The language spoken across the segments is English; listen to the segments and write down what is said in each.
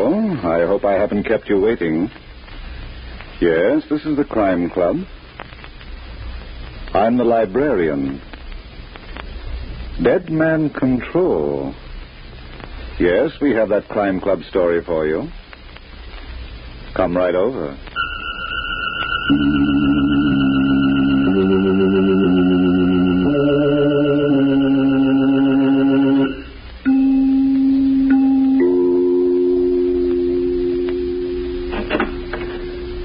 I hope I haven't kept you waiting. Yes, this is the Crime Club. I'm the librarian. Dead Man Control. Yes, we have that Crime Club story for you. Come right over.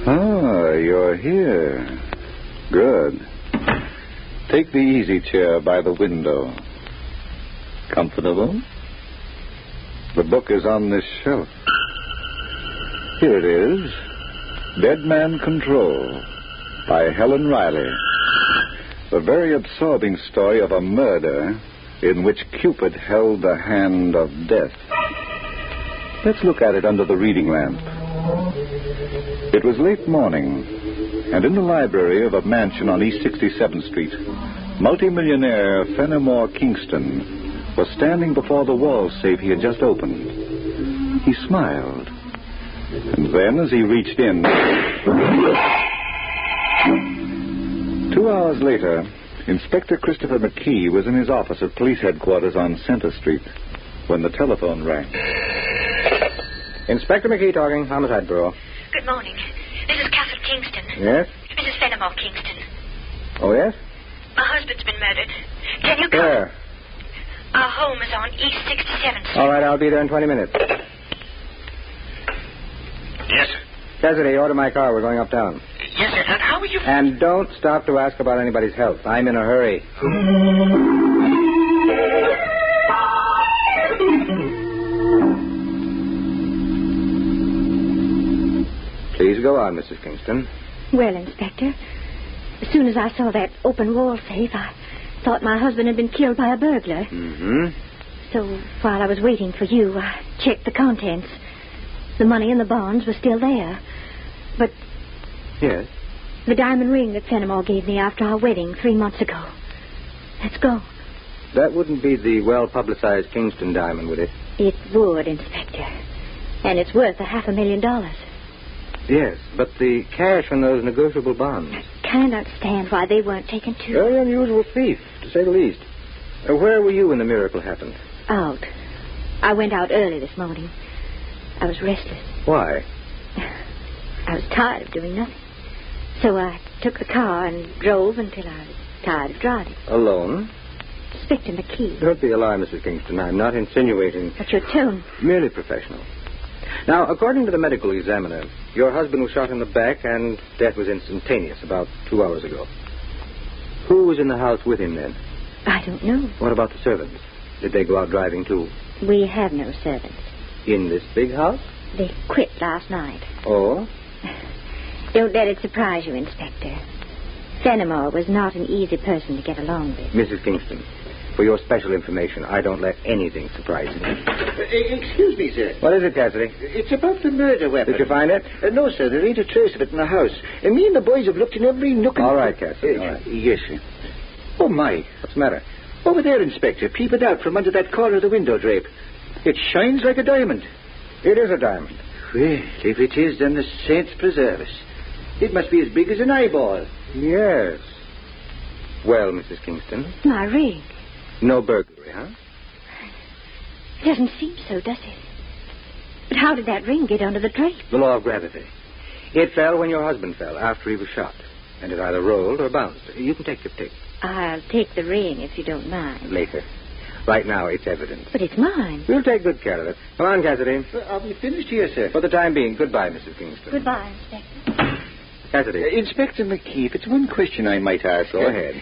Ah, you're here. Good. Take the easy chair by the window. Comfortable? The book is on this shelf. Here it is Dead Man Control by Helen Riley. The very absorbing story of a murder in which Cupid held the hand of death. Let's look at it under the reading lamp. It was late morning, and in the library of a mansion on East 67th Street, multimillionaire Fenimore Kingston was standing before the wall safe he had just opened. He smiled, and then as he reached in. Two hours later, Inspector Christopher McKee was in his office at police headquarters on Center Street when the telephone rang. Inspector McKee talking, Homicide Bureau. Good morning. This is Catherine Kingston. Yes? Mrs. Fenimore Kingston. Oh, yes? My husband's been murdered. Can you come? Where? Our home is on East 67th Street. All right, I'll be there in 20 minutes. Yes, sir. Cassidy, order my car. We're going uptown. Yes, sir. And how are you? And don't stop to ask about anybody's health. I'm in a hurry. Please go on, Mrs. Kingston. Well, Inspector, as soon as I saw that open wall safe, I thought my husband had been killed by a burglar. Mm-hmm. So while I was waiting for you, I checked the contents. The money and the bonds were still there. But Yes. the diamond ring that Fenimore gave me after our wedding three months ago. Let's go. That wouldn't be the well-publicized Kingston diamond, would it? It would, Inspector. And it's worth a half a million dollars. Yes, but the cash from those negotiable bonds. Cannot stand why they weren't taken too. Very unusual thief, to say the least. Uh, where were you when the miracle happened? Out. I went out early this morning. I was restless. Why? I was tired of doing nothing. So I took the car and drove until I was tired of driving. Alone? Inspector McKee. Don't be alarmed, Mrs. Kingston. I'm not insinuating. But your tone. Merely professional. Now, according to the medical examiner, your husband was shot in the back and death was instantaneous about two hours ago. Who was in the house with him then? I don't know. What about the servants? Did they go out driving too? We have no servants. In this big house? They quit last night. Or? Don't let it surprise you, Inspector. Fenimore was not an easy person to get along with. Mrs. Kingston, for your special information, I don't let anything surprise me. Uh, e, Excuse me, sir. What is it, Cassidy? It's about the murder weapon. Did you find it? Uh, no, sir. There ain't a trace of it in the house. Uh, me and the boys have looked in every nook and... All right, Cassidy, Uh, all right. Yes, sir. Oh, my. What's the matter? Over there, Inspector. Peep it out from under that corner of the window drape. It shines like a diamond. It is a diamond. Well, if it is, then the saints preserve us. It must be as big as an eyeball. Yes. Well, Mrs. Kingston, My ring. no burglary, huh? It doesn't seem so, does it? But how did that ring get under the drape? The law of gravity. It fell when your husband fell after he was shot, and it either rolled or bounced. You can take your pick I'll take the ring if you don't mind. later. Right now, it's evidence. But it's mine. We'll take good care of it. Come on, Cassidy. I'll be finished here, sir. For the time being, goodbye, Mrs. Kingston. Goodbye, Inspector. Cassidy. Inspector McKeith, it's one question I might ask. Go ahead.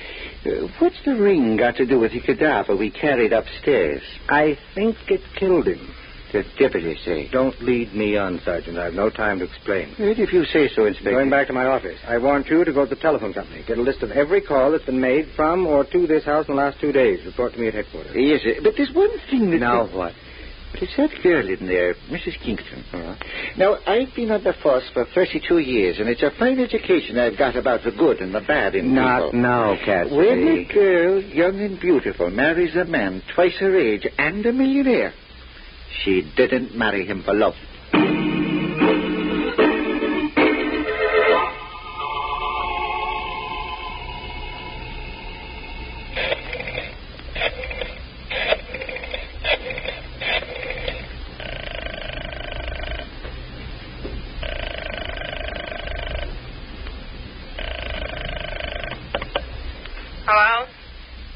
Uh, what's the ring got to do with the cadaver we carried upstairs? I think it killed him. The devil, you say? Don't lead me on, Sergeant. I've no time to explain. Well, If you say so, Inspector. Going back to my office. I want you to go to the telephone company. Get a list of every call that's been made from or to this house in the last two days. Report to me at headquarters. Yes, sir. But there's one thing that... Now what? But it's that girl in there, Mrs. Kingston. Uh-huh. Now, I've been on the force for 32 years, and it's a fine education I've got about the good and the bad in Not people. now, Cassidy. When a girl, young and beautiful, marries a man twice her age and a millionaire, she didn't marry him for love.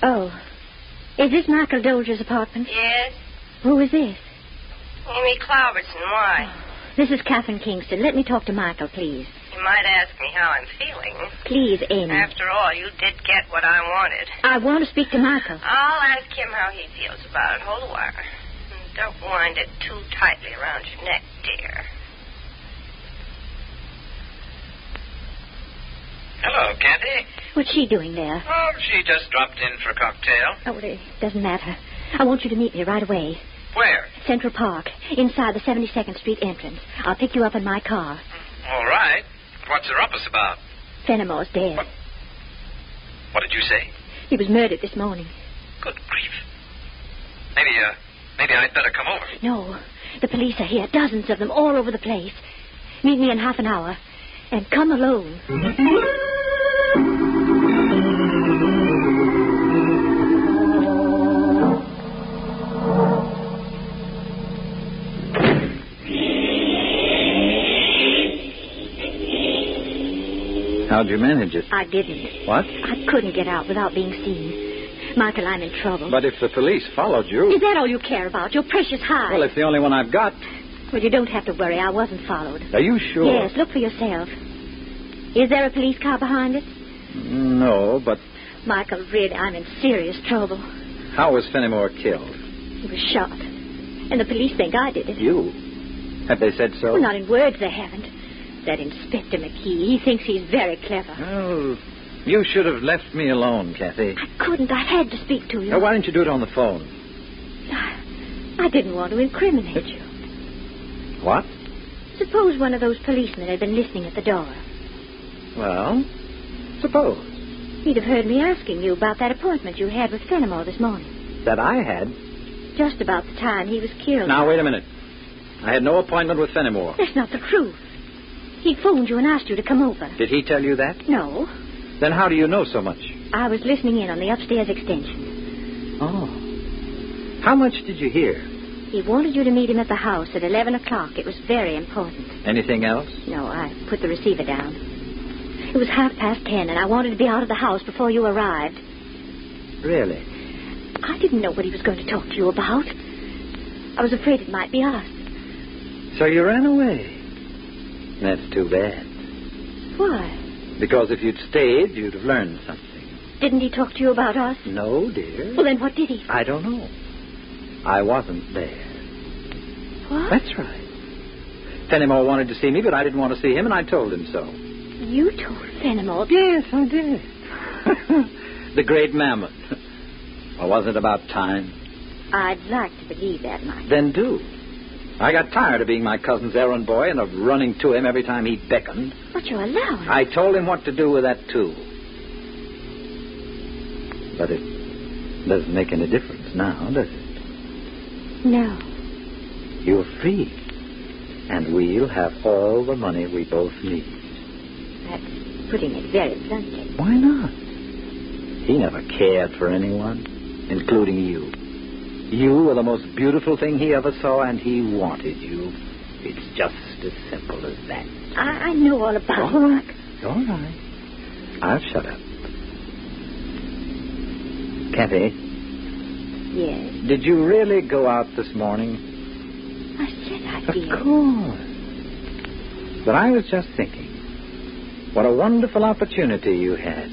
Oh, Is this Michael Dolger's apartment? Yes? Who is this? Amy Clobertson, why? This is Catherine Kingston. Let me talk to Michael, please. You might ask me how I'm feeling. Please, Amy. After all, you did get what I wanted. I want to speak to Michael. I'll ask him how he feels about it. Hold a while. And Don't wind it too tightly around your neck, dear. Hello, Candy. What's she doing there? Oh, she just dropped in for a cocktail. Oh, it doesn't matter. I want you to meet me right away. Where? Central Park, inside the 72nd Street entrance. I'll pick you up in my car. Mm, All right. What's the rumpus about? Fenimore's dead. What? What did you say? He was murdered this morning. Good grief. Maybe, uh, maybe I'd better come over. No, the police are here, dozens of them, all over the place. Meet me in half an hour, and come alone. uh, How'd you manage it? I didn't. What? I couldn't get out without being seen. Michael, I'm in trouble. But if the police followed you. Is that all you care about? Your precious hide. Well, it's the only one I've got. Well, you don't have to worry. I wasn't followed. Are you sure? Yes, look for yourself. Is there a police car behind it? No, but Michael Ridd, I'm in serious trouble. how was Fenimore killed? He was shot. And the police think I did it. You. Have they said so? Well, not in words, they haven't. That Inspector McKee, he thinks he's very clever. Well, you should have left me alone, Kathy. I couldn't. I had to speak to you. Now, why don't you do it on the phone? I didn't want to incriminate you. What? Suppose one of those policemen had been listening at the door. Well, suppose He'd have heard me asking you about that appointment you had with Fenimore this morning. that I had. Just about the time he was killed. Now, wait a minute. I had no appointment with Fenimore. That's not the truth. He phoned you and asked you to come over. Did he tell you that? No, Then how do you know so much? I was listening in on the upstairs extension. Oh. How much did you hear? He wanted you to meet him at the house at 11 o'clock. It was very important. Anything else? No, I put the receiver down. It was half past ten, and I wanted to be out of the house before you arrived. Really? I didn't know what he was going to talk to you about. I was afraid it might be us. So you ran away. That's too bad. Why? Because if you'd stayed, you'd have learned something. Didn't he talk to you about us? No, dear. Well, then what did he? I don't know. I wasn't there. What? That's right. Fenimore wanted to see me, but I didn't want to see him, and I told him so. You told Fenimore. Yes, I did. the great mammoth. Well, wasn't it about time? I'd like to believe that, Mike. Then do. I got tired of being my cousin's errand boy and of running to him every time he beckoned. But you're allowing. I told him what to do with that, too. But it doesn't make any difference now, does it? No. You're free. And we'll have all the money we both need. That's putting it very bluntly. Why not? He never cared for anyone, including you. You were the most beautiful thing he ever saw, and he wanted you. It's just as simple as that. I, I know all about it. All right. All right. I'll shut up. Kathy, Yes. did you really go out this morning? I said I did. Of course. But I was just thinking, what a wonderful opportunity you had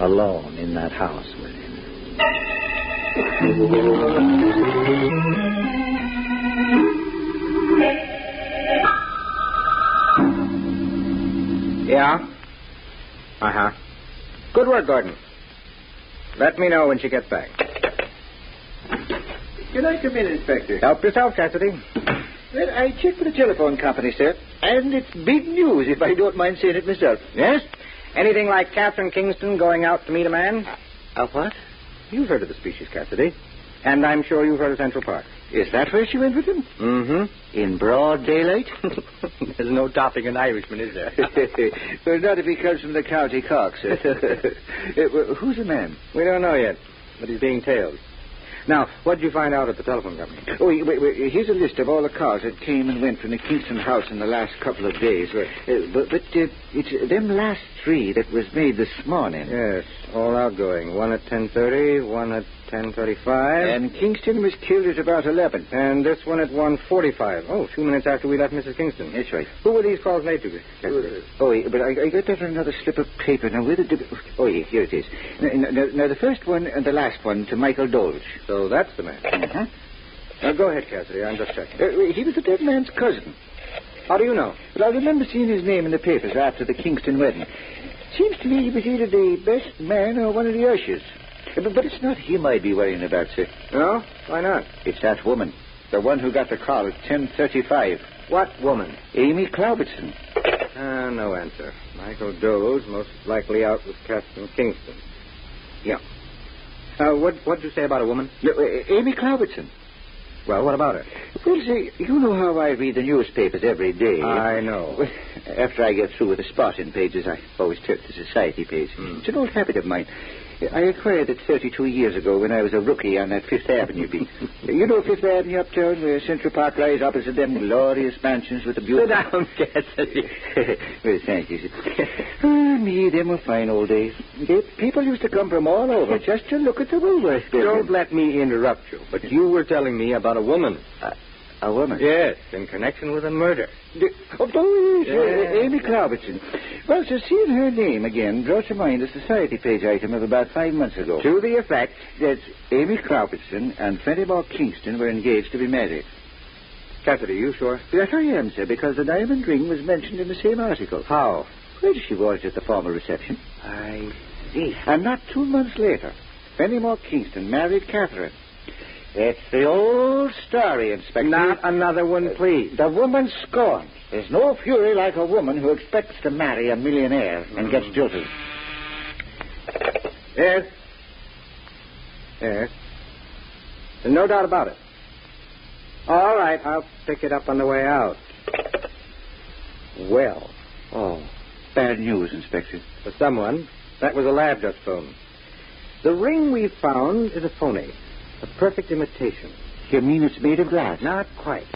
alone in that house with him. Yeah? Uh huh. Good work, Gordon. Let me know when she gets back. Can I come in, Inspector? Help yourself, Cassidy. Well, I checked with the telephone company, sir, and it's big news, if I don't mind saying it myself. Yes? Anything like Catherine Kingston going out to meet a man? A what? You've heard of the species, Cassidy. And I'm sure you've heard of Central Park. Is that where she went with him? Mm-hmm. In broad daylight? There's no topping an Irishman, is there? well, not if he comes from the county cock, sir. Uh, well, Who's the man? we don't know yet, but he's being tailed. Now, what did you find out at the telephone company? Oh, wait, wait, wait. here's a list of all the cars that came and went from the Kingston house in the last couple of days. Uh, but but uh, it's them last three that was made this morning. Yes, all outgoing. One at 10.30, one at 10.35. And Kingston was killed at about 11. And this one at 1.45. Oh, two minutes after we left Mrs. Kingston. That's right. Who were these calls made to? Oh, yeah, but I, I got that on another slip of paper. Now, where did the... Oh, yeah, here it is. Now, now, now, the first one and the last one to Michael Dolge. So that's the man. Uh-huh. Now, go ahead, Cassidy. I'm just checking. Uh, he was the dead man's cousin. How do you know? But I remember seeing his name in the papers after the Kingston wedding. Seems to me he was either the best man or one of the ushers. Uh, But, but it's not him I'd be worrying about, sir. No? Why not? It's that woman. The one who got the call at 10.35. What woman? Amy Claubertson. Uh, no answer. Michael Dole's most likely out with Captain Kingston. Yeah. Uh, what what'd you say about a woman? No, uh, Amy Claubertson. Well, what about her? Well, see, you know how I read the newspapers every day. I know. Well, After I get through with the spotting pages, I always turn to the society page. It's an old habit of mine. I acquired it 32 years ago when I was a rookie on that Fifth Avenue beat. you know Fifth Avenue uptown where Central Park lies opposite them glorious mansions with the beautiful... down, well, thank you. sir. oh, me, them were fine old days. They- people used to come from all over just to look at the Woolworth building. Don't let me interrupt you, but you were telling me about a woman. A woman. Yes, in connection with a murder. Oh, oh, yes, Yeah. uh, Amy Claubertson. Well, so seeing her name again brought to mind a society page item of about five months ago. To the effect. That Amy Claubertson and Fenimore Kingston were engaged to be married. Cassidy, you sure? Yes, I am, sir, because the diamond ring was mentioned in the same article. How? Where she was at the formal reception. I. Mm. And not two months later, Fenimore Kingston married Catherine. It's the old story, Inspector. Uh, Not another one, please. The woman scorned. There's no fury like a woman who expects to marry a millionaire and gets jilted. Yes. Yes. No doubt about it. All right, I'll pick it up on the way out. Well, Oh, bad news, Inspector. for someone, that was a lab just phone. The ring we found is a phony, a perfect imitation. You mean it's made of glass? Not quite.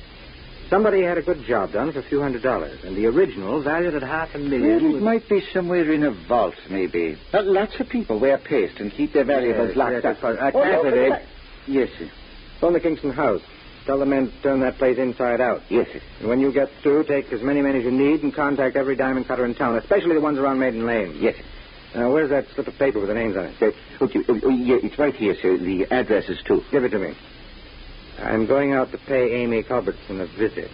Somebody had a good job done for a few hundred dollars, and the original, valued at half a million, Well, it was- might be somewhere in a vault, maybe. But lots of people wear paste and keep their valuables Yes, locked yes, up. Oh, of course. Uh, Cassidy. Yes, sir. phone the Kingston house. Tell the men to turn that place inside out. Yes, sir. And when you get through, take as many men as you need and contact every diamond cutter in town, especially the ones around Maiden Lane. Yes, sir. Now, where's that slip of paper with the names on it? That's, okay, oh, oh, yeah, it's right here, sir. The addresses, too. Give it to me. I'm going out to pay Amy Culbertson a visit.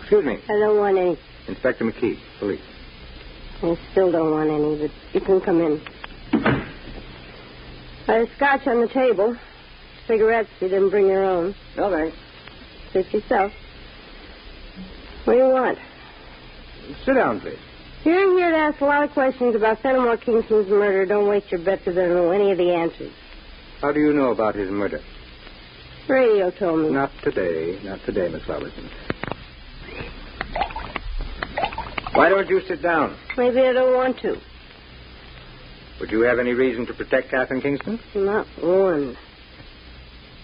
Excuse me, I don't want any. Inspector McKee, police. I still don't want any, but you can come in. There's scotch on the table. Cigarettes, you didn't bring your own. No, thanks. Just yourself. What do you want? Sit down, please. You're here to ask a lot of questions about Fenimore Kingston's murder. Don't waste your bet to don't know any of the answers. How do you know about his murder? Radio told me. Not today. Not today, Miss Robertson. Why don't you sit down? Maybe I don't want to. Would you have any reason to protect Catherine Kingston? Not one.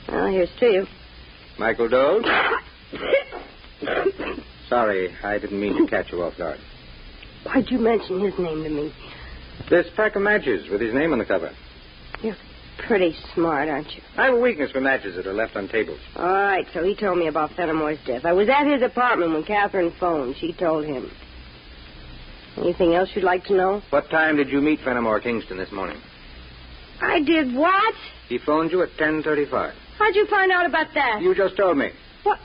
Well, here's to you. Michael Dole? Sorry, I didn't mean to catch you off guard. Why'd you mention his name to me? This pack of matches with his name on the cover. You're pretty smart, aren't you? I have a weakness for matches that are left on tables. All right, so he told me about Fenimore's death. I was at his apartment when Catherine phoned. She told him. Anything else you'd like to know? What time did you meet Fenimore Kingston this morning? I did what? He phoned you at 10.35. How'd you find out about that? You just told me. What?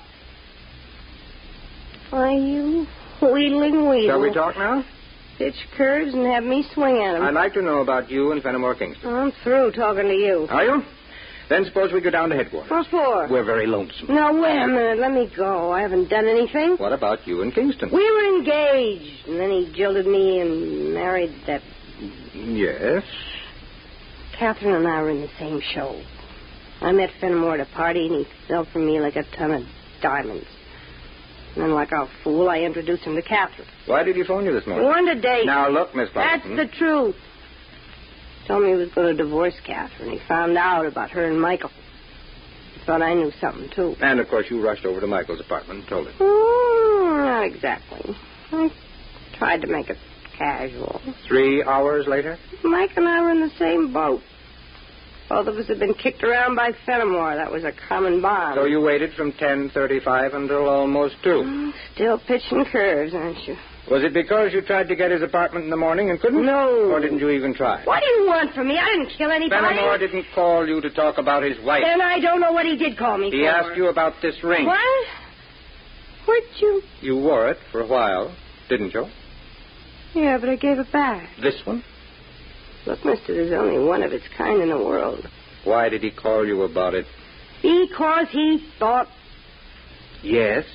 Why, you wheedling weedle. Shall we talk now? Pitch curves and have me swing at him. I'd like to know about you and Fenimore Kingston. I'm through talking to you. Are you? Then suppose we go down to headquarters. What for? We're very lonesome. Now, wait a minute. Let me go. I haven't done anything. What about you and Kingston? We were engaged, and then he jilted me and married that Yes. Catherine and I were in the same show. I met Fenimore at a party, and he fell for me like a ton of diamonds. And then, like a fool, I introduced him to Catherine. Why did he phone you this morning? One to date. Now, look, Miss That's Parkinson. the truth. Told me he was going to divorce Catherine. He found out about her and Michael. Thought I knew something, too. And, of course, you rushed over to Michael's apartment and told him. Mm, not exactly. I tried to make it casual. Three hours later? Mike and I were in the same boat. Both of us had been kicked around by Fenimore. That was a common bond. So you waited from 10.35 until almost 2. Mm, Still pitching curves, aren't you? Was it because you tried to get his apartment in the morning and couldn't? No. Or didn't you even try? What do you want from me? I didn't kill anybody. Fenimore didn't call you to talk about his wife. Then I don't know what he did call me He for. asked you about this ring. What? What you? You wore it for a while, didn't you? Yeah, but I gave it back. This one? Look, mister, there's only one of its kind in the world. Why did he call you about it? Because he thought Yes.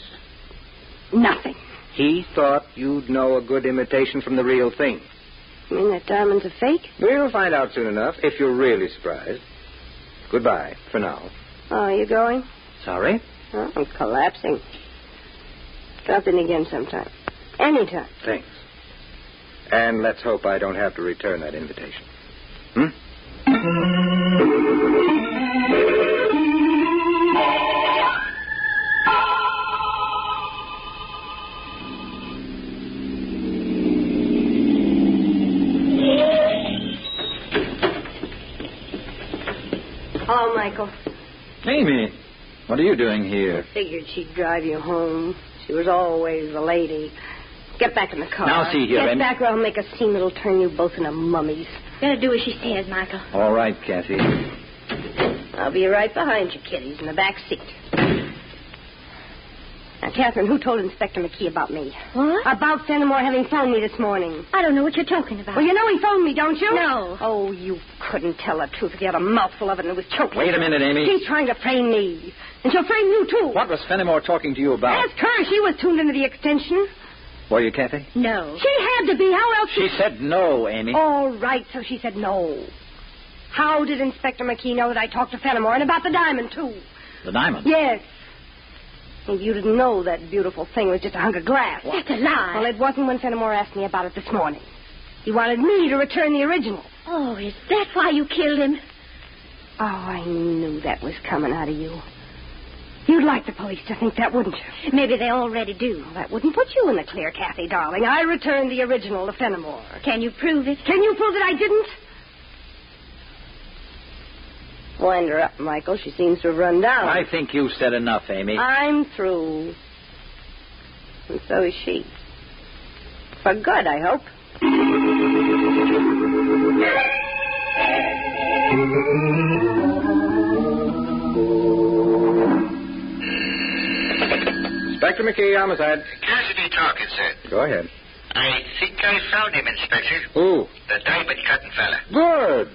nothing. He thought you'd know a good imitation from the real thing. You mean that diamond's a fake? We'll find out soon enough if you're really surprised. Goodbye for now. Oh, are you going? Sorry? Oh, I'm collapsing. Drop in again sometime. Anytime. Thanks. And let's hope I don't have to return that invitation. Hmm? Hello, Oh, Michael. Amy, what are you doing here? Figured she'd drive you home. She was always the lady. Get back in the car. Now, see here, Get Em- back or I'll make a scene that'll turn you both into mummies. Gonna do as she says, Michael. All right, Cassie. I'll be right behind you, kiddies, in the back seat. Now, Catherine, who told Inspector McKee about me? What? About Fenimore having phoned me this morning. I don't know what you're talking about. Well, you know he phoned me, don't you? No. Oh, you couldn't tell the truth if you had a mouthful of it and it was choking. Wait a minute, Amy. She's trying to frame me. And she'll frame you, too. What was Fenimore talking to you about? Ask her. She was tuned into the extension. Were you, Kathy? Oh. No. She had to be. How else? She said no, Amy. All right, so she said no. How did Inspector McKee know that I talked to Fenimore and about the diamond, too? The diamond. Yes. And you didn't know that beautiful thing was just a hunk of glass. That's a lie. Well, it wasn't when Fenimore asked me about it this morning. He wanted me to return the original. Oh, is that why you killed him? Oh, I knew that was coming out of you. You'd like the police to think that, wouldn't you? Maybe they already do. Well, that wouldn't put you in the clear, Kathy, darling. I returned the original to Fenimore. Can you prove it? Can you prove that I didn't? Wind her up, Michael. She seems to have run down. I think you've said enough, Amy. I'm through. And so is she. For good, I hope. Inspector McKee, homicide. Cassidy Tarkinson. Go ahead. I think I found him, Inspector. Who? The diamond cutting fella. Good.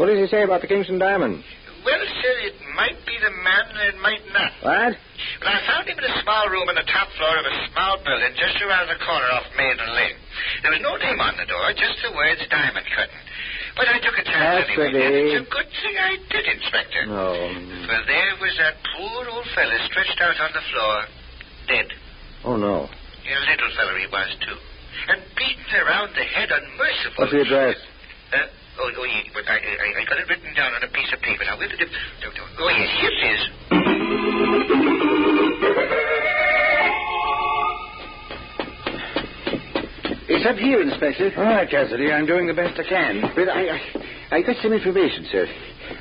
What does he say about the Kingston diamond? Well, sir, it might be the man and it might not. What? But I found him in a small room on the top floor of a small building just around the corner off Maiden Lane. There was no name on the door, just the words diamond cutting. But I took a chance anyway. Cassidy. and It's a good thing I did, Inspector. No. For there was that poor old fella stretched out on the floor, dead. Oh, no. A little fella he was, too. And beaten around the head unmercifully. What's the address? Uh, oh, oh, ye- but I, I, I got it written down on a piece of paper. Now, where did it... no, no. Oh, yes, here it is. It's up here, Inspector. All right, Cassidy, I'm doing the best I can. But I, I, I got some information, sir.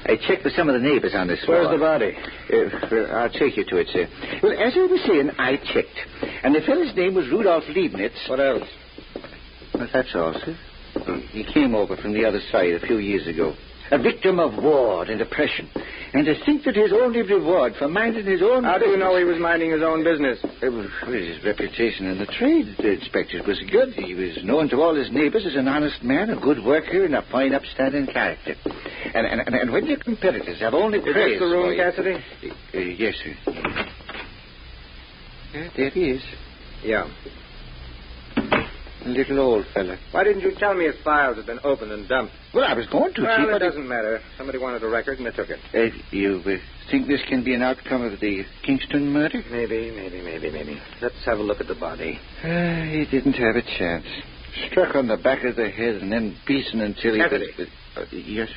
I checked with some of the neighbors on this Where's floor. the body? Uh, well, I'll take you to it, sir. Well, as I was saying, I checked. And the fellow's name was Rudolf Leibnitz. What else? Well, that's all, sir. He came over from the other side a few years ago. A victim of war and oppression. And to think that his only reward for minding his own... How do you know he was minding his own business? Uh, well, His reputation in the trade, the inspector, was good. He was known to all his neighbors as an honest man, a good worker, and a fine, upstanding character. And, and, and- and when your competitors have only Is praise this the room, for you- Cassidy? Uh, yes, sir. Yeah, there he is. Yeah. Little old fella. Why didn't you tell me his files had been opened and dumped? Well, I was going to, Chief. well, it but doesn't matter. Somebody wanted a record and they took it. Uh, you uh, think this can be an outcome of the Kingston murder? Maybe, maybe, maybe, maybe. Let's have a look at the body. Uh, he didn't have a chance. Struck on the back of the head and then beaten until he Cassidy. was. Uh, yes.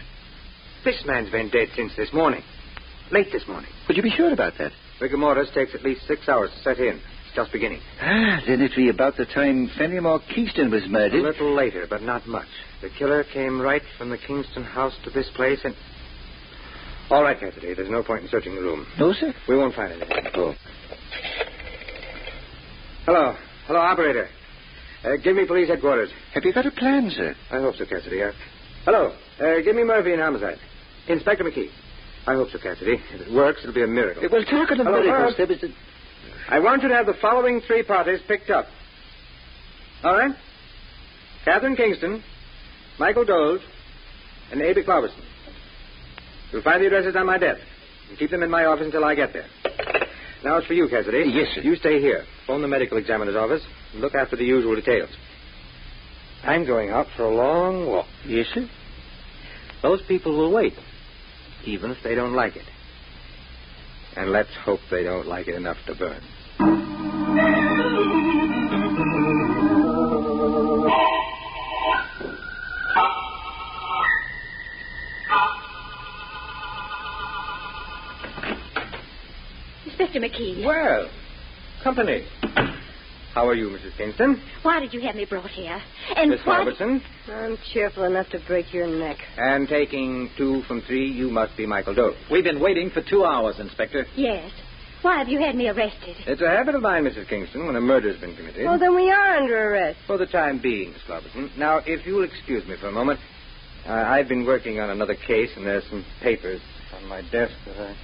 This man's been dead since this morning. Late this morning. Would you be sure about that? Rigor mortis takes at least six hours to set in. It's just beginning. Ah, then it'd be about the time Fenimore Kingston was A murdered. little later, but not much. The killer came right from the Kingston house to this place and. All right, Cassidy. There's no point in searching the room. No, sir. We won't find anything. Hello. Hello, operator. Uh, give me police headquarters. Have you got a plan, sir? I hope so, Cassidy. Uh, hello. Uh, give me Murphy and homicide. Inspector McKee. I hope so, Cassidy. If it works, it'll be a miracle. Well, talking of Hello, miracles, Herb. there was a... I want you to have the following three parties picked up. All right? Catherine Kingston, Michael Doles, and Abe Cloverson. You'll find the addresses on my desk. And keep them in my office until I get there. Now it's for you, Cassidy. Yes, sir. You stay here. Phone the medical examiner's office and look after the usual details. I'm going out for a long walk. Yes, sir. Those people will wait, even if they don't like it. And let's hope they don't like it enough to burn. Inspector McKee, Well, company. How are you, Mrs. Kingston? why did you have me brought here? And Miss why... Robertson? I'm cheerful enough to break your neck. And taking two from three, you must be Michael Doe. We've been waiting for two hours, Inspector. Yes. Why have you had me arrested? It's a habit of mine, Mrs. Kingston, when a murder's been committed. Well, then we are under arrest. For the time being, Miss Robertson. Now, if you'll excuse me for a moment, uh, I've been working on another case, and there's some papers on my desk that I.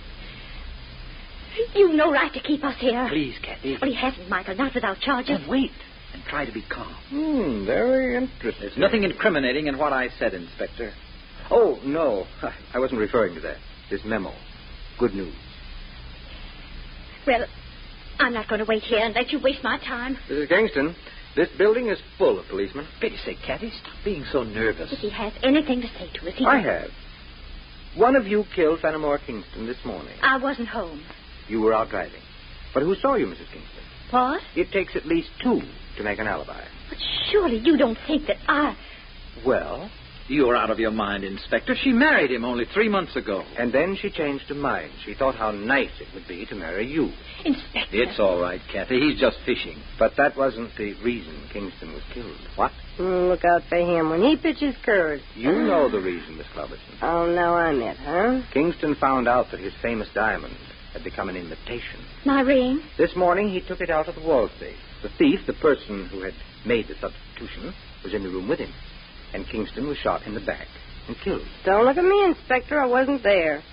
You've no right to keep us here. Please, Kathy. Well, he hasn't, Michael. Not without charges. Just wait and try to be calm. Hmm, very interesting. There's nothing incriminating in what I said, Inspector. Oh, no. I wasn't referring to that. This memo. Good news. Well, I'm not going to wait here and let you waste my time. Mrs. Kingston, this building is full of policemen. Pity say, Kathy, stop being so nervous. If he has anything to say to us, he. I have. One of you killed Fenimore Kingston this morning. I wasn't home. You were out driving. But who saw you, Mrs. Kingston? What? It takes at least two to make an alibi. But surely you don't think that I. Well? You're out of your mind, Inspector. She married him only three months ago. And then she changed her mind. She thought how nice it would be to marry you. Inspector. It's all right, Kathy. He's just fishing. But that wasn't the reason Kingston was killed. What? Mm, Look out for him when he pitches curves. You know the reason, Miss Robertson. Oh, now I'm it, huh? Kingston found out that his famous diamond had become an imitation. My ring? This morning he took it out of the wall safe. The thief, the person who had made the substitution, was in the room with him. And Kingston was shot in the back and killed. Don't look at me, Inspector. I wasn't there.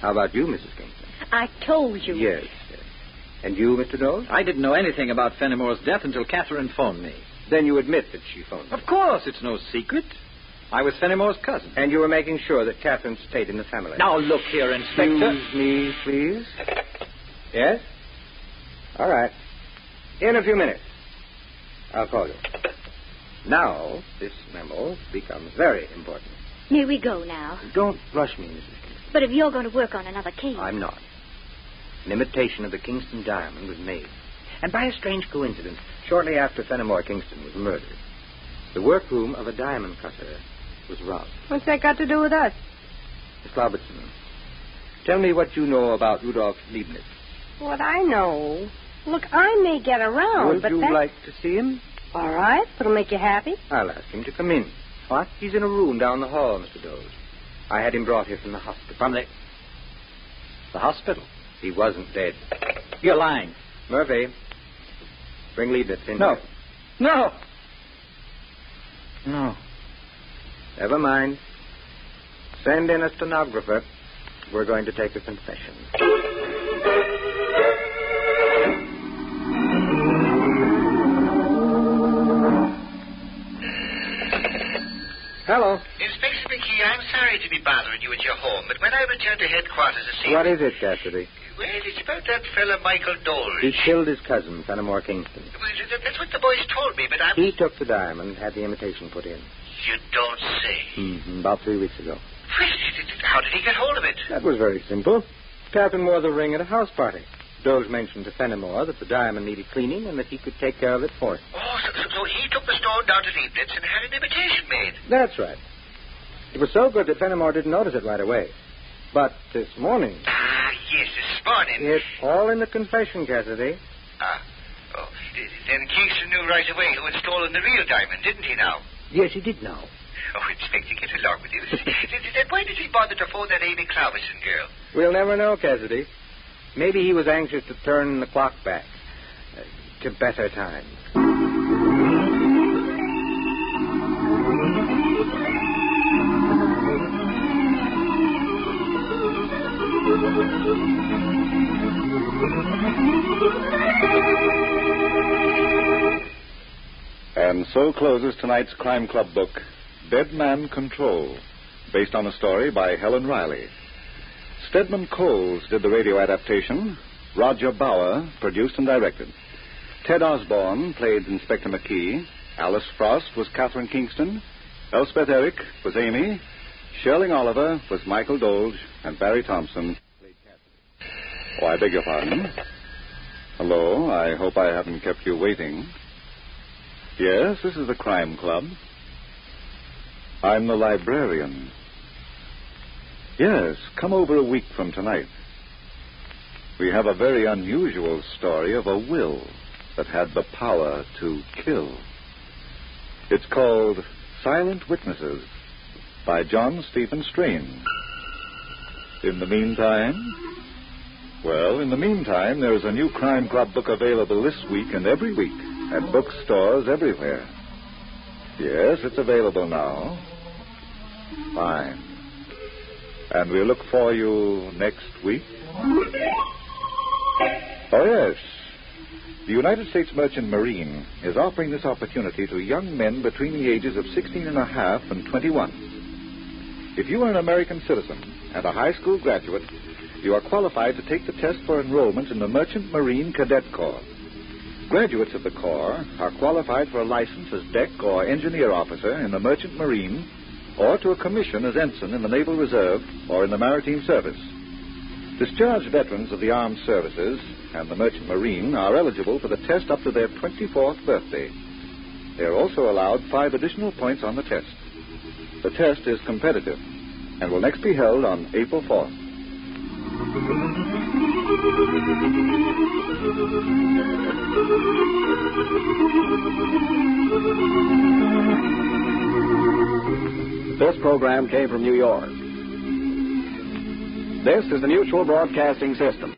How about you, Mrs. Kingston? I told you. Yes, yes. And you, Mr. Dole? I didn't know anything about Fenimore's death until Catherine phoned me. Then you admit that she phoned. Of course, it's no secret. I was Fenimore's cousin. And you were making sure that Catherine stayed in the family. Now look here, Inspector. Excuse me, please. Yes? All right. In a few minutes. I'll call you. Now, this memo becomes very important. May we go now? Don't rush me, Mrs. Kingston. But if you're going to work on another case. I'm not. An imitation of the Kingston diamond was made. And by a strange coincidence, shortly after Fenimore Kingston was murdered, the workroom of a diamond cutter was robbed. What's that got to do with us? Miss Robertson, tell me what you know about Rudolf Leibniz. What I know. Look, I may get around, Would Oh, but you that... like to see him? All right, if it'll make you happy. I'll ask him to come in. What? He's in a room down the hall, Mr. Doles. I had him brought here from the hospital. From the. The hospital. He wasn't dead. You're lying. Murphy, bring Leibniz in. No. here. No. No. Never mind. Send in a stenographer. We're going to take a confession. Hello. Inspector McKee Blackie, I'm sorry to be bothering you at your home, but when I return to headquarters this evening. What is it, Cassidy? Well, it's about that fella Michael Dole. He killed his cousin, Fenimore Kingston. Well, that- that's what the boys told me, but I'm. He took the diamond, had the imitation put in. You don't say. Mm-hmm. About three weeks ago. Well, it- it- How did he get hold of it? That was very simple. Catherine wore the ring at a house party. Doge mentioned to Fenimore that the diamond needed cleaning and that he could take care of it for him. Oh, so, so- so he took the stone down to Leibniz and had an imitation made. That's right. It was so good that Fenimore didn't notice it right away. But this morning, Ah, yes, this morning. it's all in the confession, Cassidy. Ah. Oh, then Kingston knew right away who had stolen the real diamond, didn't he now? Yes, he did know. Oh, Inspector, get along with you. then why did he bother to phone that Amy Cloverson girl? We'll never know, Cassidy. Maybe he was anxious to turn the clock back uh, to better times. And so closes tonight's Crime Club book, Deadman Control, based on a story by Helen Riley. Stedman Coles did the radio adaptation. Roger Bauer produced and directed. Ted Osborne played Inspector McKee. Alice Frost was Catherine Kingston. Elspeth Eric was Amy. Sherling Oliver was Michael Dolge. And Barry Thompson played Catherine. Oh, I beg your pardon. Hello, I hope I haven't kept you waiting. Yes, this is the Crime Club. I'm the librarian. Yes, come over a week from tonight. We have a very unusual story of a will that had the power to kill. It's called Silent Witnesses by John Stephen Strain. In the meantime, well, in the meantime, there's a new Crime Club book available this week and every week at bookstores everywhere. Yes, it's available now. Fine. And we'll look for you next week. Oh, yes. The United States Merchant Marine is offering this opportunity to young men between the ages of 16 and a half and 21. If you are an American citizen and a high school graduate, you are qualified to take the test for enrollment in the Merchant Marine Cadet Corps. Graduates of the Corps are qualified for a license as deck or engineer officer in the Merchant Marine or to a commission as ensign in the Naval Reserve or in the Maritime Service. Discharged veterans of the armed services and the Merchant Marine are eligible for the test up to their 24th birthday. They are also allowed five additional points on the test. The test is competitive and will next be held on April 4th. This program came from New York. This is the Mutual Broadcasting System.